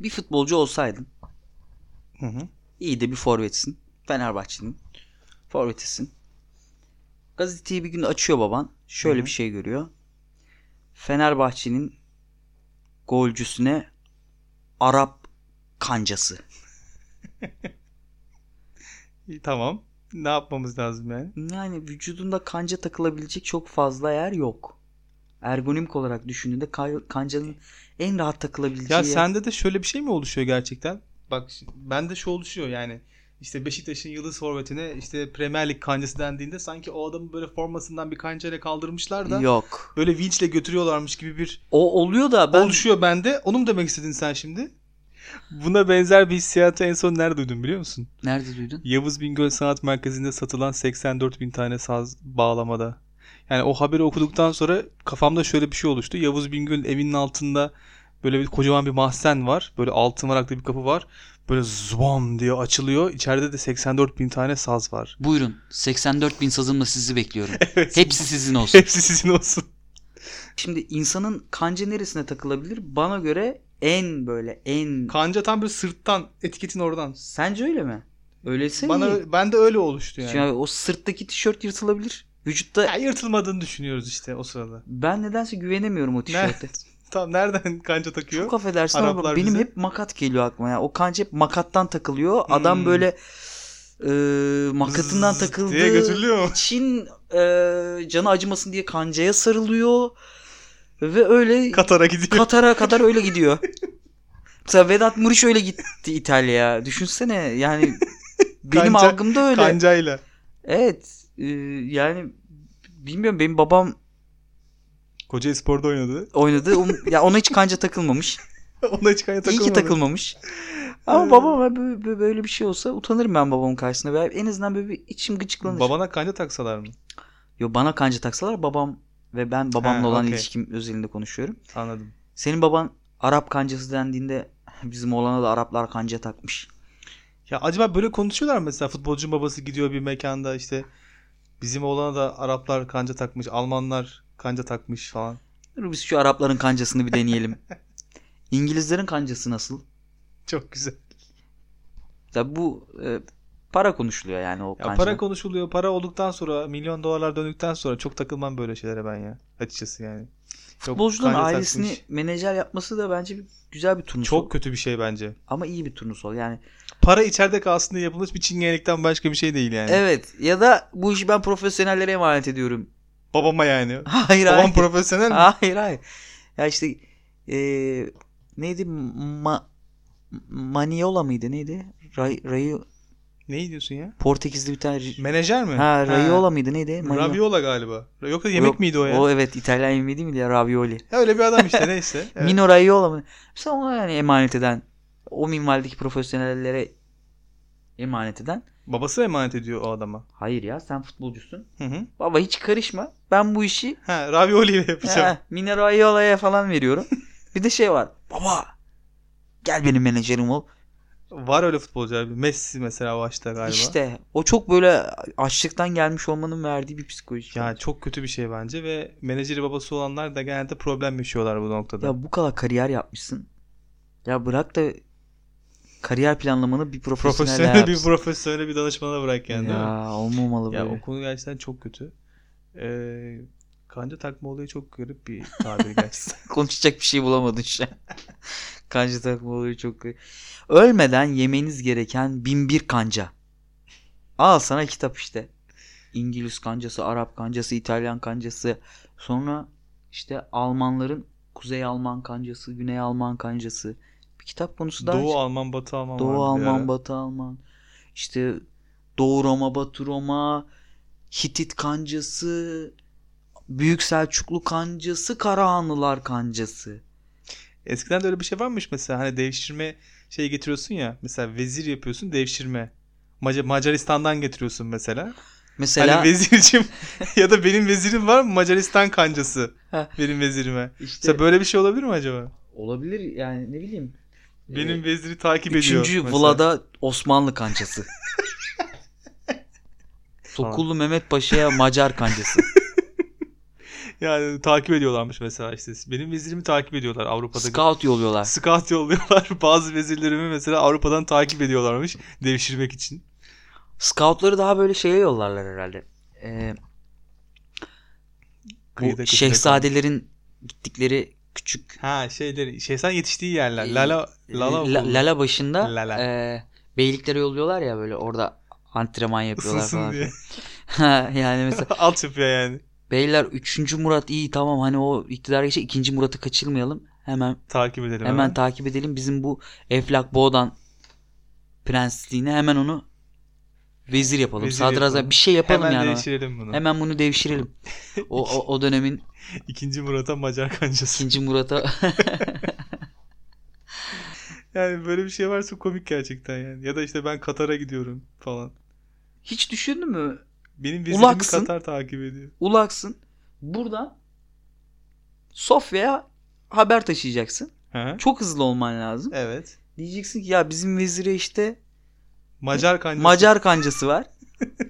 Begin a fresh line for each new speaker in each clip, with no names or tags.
bir futbolcu olsaydın
Hı hı.
iyi de bir forvetsin. Fenerbahçe'nin forvetisin. Gazeteyi bir gün açıyor baban. Şöyle
Hı hı.
bir şey görüyor. Fenerbahçe'nin golcüsüne Arap kancası.
İyi, Tamam. Ne yapmamız lazım yani?
Yani vücudunda kanca takılabilecek çok fazla yer yok. Ergonomik olarak düşündüğünde kay- kancanın en rahat takılabileceği
Ya
yer-
sende de şöyle bir şey mi oluşuyor gerçekten? Bak şi- bende şu oluşuyor yani. İşte Beşiktaş'ın yıldız forvetine işte Premier Lig kancası dendiğinde sanki o adamı böyle formasından bir kancayla kaldırmışlar da
yok.
böyle vinçle götürüyorlarmış gibi bir
O oluyor da ben
oluşuyor bende. Onu mu demek istedin sen şimdi? Buna benzer bir hissiyatı en son nerede duydum biliyor musun?
nerede duydun?
Yavuz Bingöl Sanat Merkezi'nde satılan 84 bin tane saz bağlamada. Yani o haberi okuduktan sonra kafamda şöyle bir şey oluştu. Yavuz Bingöl'ün evinin altında böyle bir kocaman bir mahzen var. Böyle altın varaklı bir kapı var. Böyle zvam diye açılıyor. İçeride de 84 bin tane saz var.
Buyurun 84 bin sazımla sizi bekliyorum.
Evet.
Hepsi sizin olsun.
Hepsi sizin olsun.
Şimdi insanın kanca neresine takılabilir? Bana göre en böyle en...
Kanca tam böyle sırttan etiketin oradan.
Sence öyle mi? Öyleyse
Bana
iyi.
ben de öyle oluştu yani.
Çünkü o sırttaki tişört yırtılabilir. Vücutta
Ya yırtılmadığını düşünüyoruz işte o sırada.
ben nedense güvenemiyorum o tişörte.
Tam nereden kanca takıyor?
Çok affedersin ama
Araplar
benim
bize-
hep makat geliyor aklıma. ya. O kanca hep makattan takılıyor. Adam
Hmm.
böyle e, makatından
Zzz diye
takıldığı
götürülüyor mu?
için e, canı acımasın diye kancaya sarılıyor. Ve öyle
Katar'a gidiyor.
Katar'a kadar öyle gidiyor. Mesela Vedat Muriç öyle gitti İtalya'ya. Düşünsene yani benim
Kanca-
algımda öyle.
Kancayla.
Evet. e, yani bilmiyorum benim babam
Koca Spor'da oynadı.
oynadı. O- ya ona hiç kanca takılmamış.
Ona hiç kanca takılmadı.
İyi ki takılmamış. Ama
Ee.
babama bö- bö- böyle bir şey olsa utanırım ben babamın karşısında. Veya en azından böyle bir içim gıcıklanır.
Babana kanca taksalar mı?
Yo bana kanca taksalar babam ve ben babamla
Ha,
olan
okey.
ilişkim özelinde konuşuyorum.
Anladım.
Senin baban Arap kancası dendiğinde bizim oğlana da Araplar kanca takmış.
Ya acaba böyle konuşuyorlar mı mesela futbolcunun babası gidiyor bir mekanda işte bizim olana da Araplar kanca takmış, Almanlar kanca takmış falan.
Dur biz şu Arapların kancasını bir deneyelim. İngilizlerin kancası nasıl?
Çok güzel.
Tabi bu e, para konuşuluyor yani o
Ya
kanca.
para konuşuluyor. Para olduktan sonra, milyon dolarlar döndükten sonra çok takılmam böyle şeylere ben ya. Açıkçası yani. Yok,
Futbolcuların
kanca
ailesini
takmış.
menajer yapması da bence bir, güzel bir turnusol.
çok kötü bir şey bence.
Ama iyi bir turnusol. Yani
Para içeride kalsın diye yapılmış bir çingenelikten başka bir şey değil yani.
Evet ya da bu işi ben profesyonellere emanet ediyorum.
Babama yani.
Hayır
Babam
hayır.
profesyonel mi?
hayır hayır. Ya işte eee, neydi Ma- Maniola mıydı neydi? Ray, Rayo-
Ne diyorsun ya?
Portekizli bir tane
Menajer mi?
ha Raiola mıydı neydi? Maniola.
Raviola galiba. Yoksa yemek
Yok,
miydi o ya?
O evet İtalyan yemeği değil miydi ya ravioli.
Ya Öyle bir adam işte neyse. Evet.
Mino Raiola mı? Mesela ona yani emanet eden o minvaldeki profesyonellere emanet eden.
Babası emanet ediyor o adama.
Hayır ya sen futbolcusun.
Hı hı.
Baba hiç karışma. Ben bu işi
Ha, ravioli ile yapacağım.
He, Minero Ayola'ya falan veriyorum. Bir de şey var. Baba gel benim menajerim ol.
Var öyle futbolcu abi. Messi mesela başta galiba.
İşte o çok böyle açlıktan gelmiş olmanın verdiği bir psikoloji.
Ya çok kötü bir şey bence ve menajeri babası olanlar da genelde problem yaşıyorlar bu noktada.
ya bu kadar kariyer yapmışsın. Ya bırak da kariyer planlamanı bir profesyonel
profesyonel bir
yapsın.
profesyonel bir danışmana bırak yani. değil mi?
Ya olmamalı
Ya
böyle.
o konu gerçekten çok kötü. Ee, kanca takma olayı çok garip bir tabir gerçekten.
Konuşacak bir şey bulamadın şu an. kanca takma olayı çok Ölmeden yemeniz gereken bin bir kanca. Al sana kitap işte. İngiliz kancası, Arap kancası, İtalyan kancası. Sonra işte Almanların Kuzey Alman kancası, Güney Alman kancası. Bir kitap konusu daha.
Doğu Alman, Batı Alman
Doğu
vardı bir
Alman,
ara.
Batı Alman. İşte Doğu Roma, Batı Roma, Hitit kancası, Büyük Selçuklu kancası, Karahanlılar kancası.
Eskiden de öyle bir şey varmış mesela hani devşirme şey getiriyorsun ya mesela vezir yapıyorsun devşirme. Maca- Macaristan'dan getiriyorsun mesela.
Mesela
Hani vezircim ya da benim vezirim var mı Macaristan kancası
Ha.
benim vezirime.
işte
Mesela böyle bir şey olabilir mi acaba?
olabilir yani ne bileyim. Ee,
Benim veziri takip ediyor.
e, Üçüncü
mesela.
Vlad'a Osmanlı kancası. Sokullu Mehmet Paşa'ya Macar kancası.
yani takip ediyorlarmış mesela işte. Benim vezirimi takip ediyorlar Avrupa'da.
Scout yolluyorlar.
Scout yolluyorlar. Bazı vezirlerimi mesela Avrupa'dan takip ediyorlarmış devşirmek için.
Scoutları daha böyle şeye yollarlar herhalde. Ee,
Kıyıda
bu
köşede
şehzadelerin gittikleri küçük
Ha şeyleri, şehzad yetiştiği yerler.
Ee,
Lala, Lala,
La-
okulu.
Lala başında
Lala.
e, beyliklere yolluyorlar ya böyle orada antrenman yapıyorlar
Isınsın
falan.
diye.
Ha, yani mesela
Alt yapıyor yani.
beyler 3. Murat iyi tamam hani o iktidar geçe 2. Murat'ı kaçırmayalım. Hemen
Takip edelim.
hemen takip edelim bizim bu Eflak Boğdan prensliğine hemen onu vezir yapalım.
Vezir
Sadrazam
yapalım.
bir şey yapalım
Hemen
yani.
değiştirelim bunu.
Hemen bunu devşirelim. O, o, o dönemin
İkinci Murat'a Macar kancası.
2. Murat'a
Yani böyle bir şey varsa komik gerçekten yani. Ya da işte ben Katar'a gidiyorum falan.
hiç düşündün mü?
Benim vizitimi
Ulaksın.
Katar takip ediyor.
Ulaksın. Buradan Sofya'ya haber taşıyacaksın.
Ha?
Çok hızlı olman lazım.
Evet.
Diyeceksin ki ya bizim vezire işte
Macar kancası.
Macar kancası var.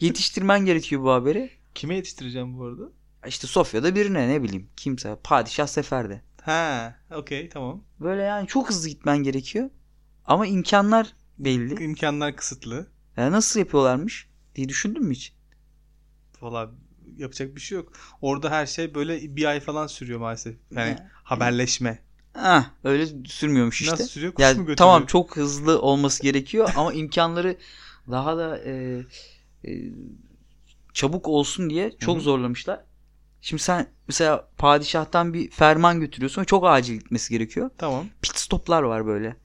Yetiştirmen gerekiyor bu haberi.
Kime yetiştireceğim bu arada?
İşte Sofya'da birine ne bileyim kimse padişah seferde.
Ha, okey tamam.
Böyle yani çok hızlı gitmen gerekiyor. Ama imkanlar belli.
İmkanlar kısıtlı.
Yani nasıl yapıyorlarmış diye düşündün mü hiç?
Valla yapacak bir şey yok. Orada her şey böyle bir ay falan sürüyor maalesef. Yani haberleşme.
Ah, öyle sürmüyormuş işte.
Nasıl sürüyor? Kuş mu
Yani
götürüyor?
tamam çok hızlı olması gerekiyor ama imkanları daha da e, e, çabuk olsun diye çok
Hı hı.
zorlamışlar. Şimdi sen mesela padişahtan bir ferman götürüyorsun çok acil gitmesi gerekiyor.
Tamam.
Pit stoplar var böyle.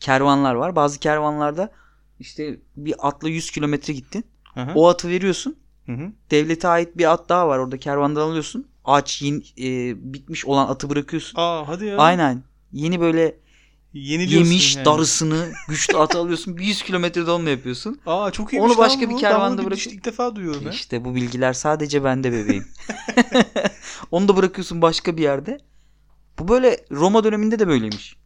Kervanlar var. Bazı kervanlarda işte bir atla 100 kilometre gittin.
Hı hı.
O atı veriyorsun.
Hı hı.
Devlete ait bir at daha var orada kervandan alıyorsun. Ağaç yeni, e, bitmiş olan atı bırakıyorsun.
Aa hadi ya.
Aynen. Yeni böyle
Yeniliyorsun
yemiş
yani.
darısını güçlü atı alıyorsun. Bir 100 kilometrede onunla yapıyorsun.
Aa çok iyiymiş
Onu başka
lan
bir
bu.
kervanda
Ben bunu
bırakın.
işte ilk defa duyuyorum ya.
İşte bu bilgiler sadece bende bebeğim. Onu da bırakıyorsun başka bir yerde. Bu böyle Roma döneminde de böyleymiş.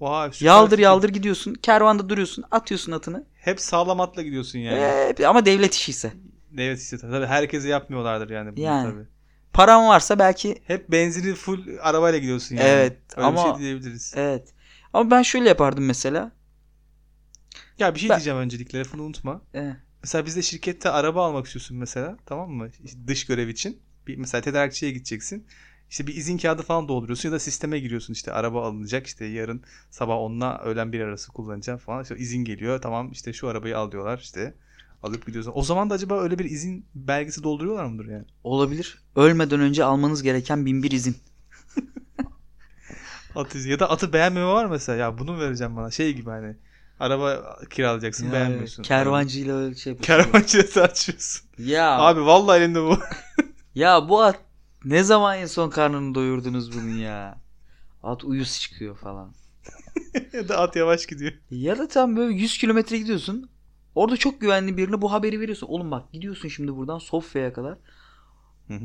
Vay süper
Yaldır
fikir.
yaldır gidiyorsun. Kervanda duruyorsun. Atıyorsun atını.
Hep sağlam atla gidiyorsun yani.
Ee, ama devlet işi ise.
Evet işte tabii herkese yapmıyorlardır yani bunu
Yani.
tabii.
Param varsa belki
Hep benzini full arabayla gidiyorsun yani.
Evet,
Öyle bir
ama-
şey diyebiliriz.
evet. Ama ben şöyle yapardım mesela.
Ya bir şey
Ben-
diyeceğim öncelikle lafını unutma.
Ee,
Mesela bizde şirkette araba almak istiyorsun mesela tamam mı? İşte dış görev için. Bir, mesela tedarikçiye gideceksin. İşte bir izin kağıdı falan dolduruyorsun ya da sisteme giriyorsun işte araba alınacak işte yarın sabah 10'la öğlen 1 arası kullanacağım falan. İşte izin geliyor tamam işte şu arabayı al diyorlar işte alıp gidiyorsun. O zaman da acaba öyle bir izin belgesi dolduruyorlar mıdır yani?
olabilir. Ölmeden önce almanız gereken binbir izin.
At izi. Ya da atı beğenmeme var mı mesela. Ya bunu vereceğim bana. Şey gibi hani. Araba kiralayacaksın
Ya,
beğenmiyorsun.
Kervancıyla öyle şey
Evet.
yapıyorsun.
Kervancıya tartışıyorsun.
Ya,
Abi vallahi elinde bu.
ya bu at ne zaman en son karnını doyurdunuz bunun ya? At uyuz çıkıyor falan.
ya da at yavaş gidiyor.
Ya da tam böyle 100 kilometre gidiyorsun. Orada çok güvenli birine bu haberi veriyorsun. Oğlum bak gidiyorsun şimdi buradan Sofya'ya kadar.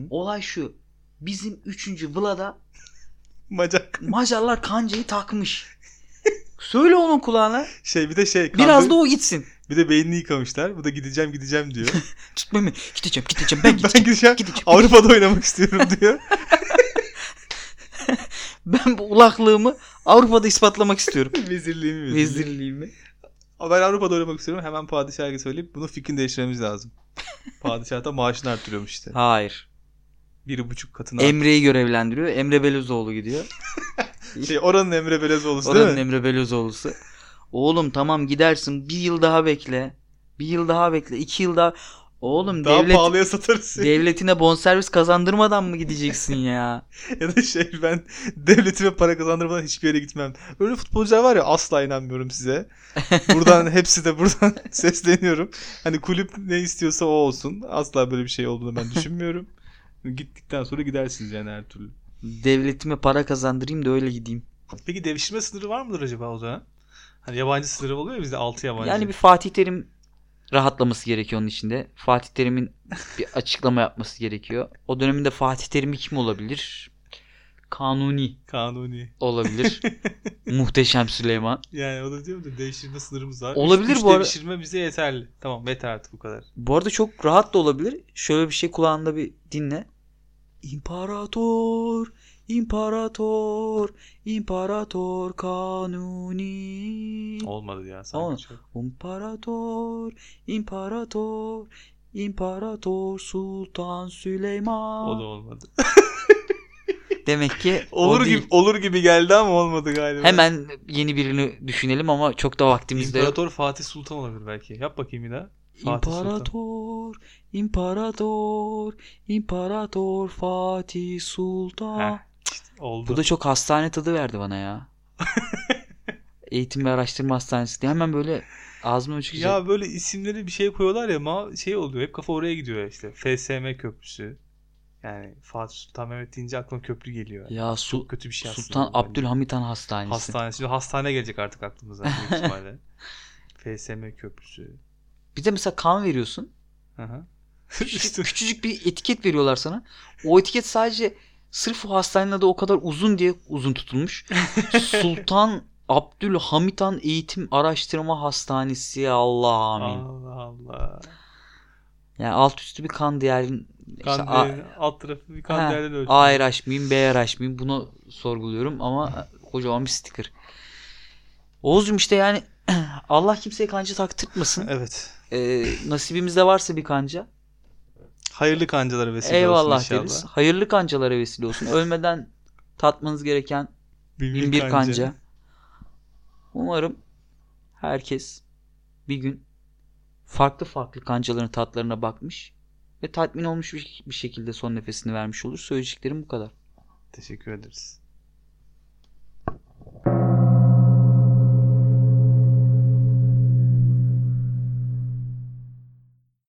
Olay şu. Bizim 3. Vlad'a
Macak.
Macarlar kancayı takmış. Söyle onun kulağına.
Şey bir de şey.
Biraz
kandı-
da o gitsin.
Bir de beynini yıkamışlar. Bu da gideceğim gideceğim diyor.
Gitmemi. Gideceğim gideceğim ben
ben
gideceğim.
gideceğim.
gideceğim.
Avrupa'da oynamak istiyorum diyor.
Ben bu ulaklığımı Avrupa'da ispatlamak istiyorum.
Vezirliğimi vezirliğimi.
Vezirliğimi.
Ben Avrupa'da oynamak istiyorum. Hemen padişaha söyleyip bunun fikrini değiştirmemiz lazım. Padişah da maaşını artırıyormuş işte.
Hayır.
Bir buçuk katına.
Emre'yi görevlendiriyor. Emre Belözoğlu gidiyor.
şey, oranın Emre Belezoğlu'su değil
Oranın
mi?
Emre Belözoğlu'su. Oğlum tamam gidersin. Bir yıl daha bekle. Bir yıl daha bekle. iki yıl daha. Oğlum
Daha
devlet,
pahalıya satarız.
devletine bonservis kazandırmadan mı gideceksin ya?
ya da şey ben devletime para kazandırmadan hiçbir yere gitmem. Öyle futbolcular var ya asla inanmıyorum size. Buradan hepsi de buradan sesleniyorum. Hani kulüp ne istiyorsa o olsun. Asla böyle bir şey olduğunu ben düşünmüyorum. Gittikten sonra gidersiniz yani her türlü.
Devletime para kazandırayım da öyle gideyim.
Peki devşirme sınırı var mıdır acaba o zaman? Hani yabancı sınırı oluyor ya bizde 6 yabancı.
Yani bir Fatih Terim rahatlaması gerekiyor onun içinde. Fatih Terim'in bir açıklama yapması gerekiyor. O döneminde Fatih Terim'i kim olabilir? Kanuni
kanuni.
olabilir. Muhteşem Süleyman.
Yani o da diyor mu devşirme sınırımız var.
Olabilir
üç, üç
bu ara-
devşirme bize yeterli. Tamam yeter artık bu kadar.
Bu arada çok rahat da olabilir. Şöyle bir şey kulağında bir dinle. İmparator, imparator, imparator kanuni.
Olmadı ya
Olmadı.
sanki. çok.
İmparator, imparator, imparator Sultan Süleyman.
O da olmadı.
Demek ki o
Olur
değil.
gibi olur gibi geldi ama olmadı galiba.
Hemen yeni birini düşünelim ama çok da vaktimiz de yok.
İmparator Fatih Sultan olabilir belki. Yap bakayım bir daha. Fatih Sultan.
İmparator, imparator, imparator Fatih Sultan.
Heh, işte oldu.
Bu da çok hastane tadı verdi bana ya. Eğitim ve Araştırma Hastanesi diye hemen böyle ağzımı açıkça.
Ya böyle isimleri bir şey koyuyorlar ya ma şey oluyor hep kafa oraya gidiyor ya işte. FSM köprüsü. Yani Fatih Sultan Mehmet deyince aklıma köprü geliyor. Yani.
Ya Su-
Çok kötü bir şey aslında.
Sultan
bu bence.
Abdülhamit Han Hastanesi.
Hastane. Şimdi hastane gelecek artık aklımıza büyük ihtimalle. FSM köprüsü.
Bir de mesela kan veriyorsun.
Hı hı. İşte-
Küçücük, küçücük bir etiket veriyorlar sana. O etiket sadece sırf o hastanenin adı o kadar uzun diye uzun tutulmuş. Sultan Abdülhamit Han Eğitim Araştırma Hastanesi Allah amin.
Allah Allah.
Yani alt üstü bir kan değerin işte
Kan
A-
değeri- alt tarafı bir
Ha,
kan değerden ölçüyor.
ARH miyim BRH miyim bunu sorguluyorum ama kocaman bir sticker. Oğuzcum işte yani Allah kimseye kanca taktırtmasın.
Evet.
Ee, nasibimizde varsa bir kanca.
Hayırlı kancalara vesile
Eyvallah
olsun inşallah.
deriz. Hayırlı kancalara vesile olsun. Ölmeden tatmanız gereken
Bin
bin bir kanca. Umarım herkes bir gün farklı farklı kancaların tatlarına bakmış ve tatmin olmuş bir- bir şekilde son nefesini vermiş olur. Söyleyeceklerim bu kadar.
Teşekkür ederiz.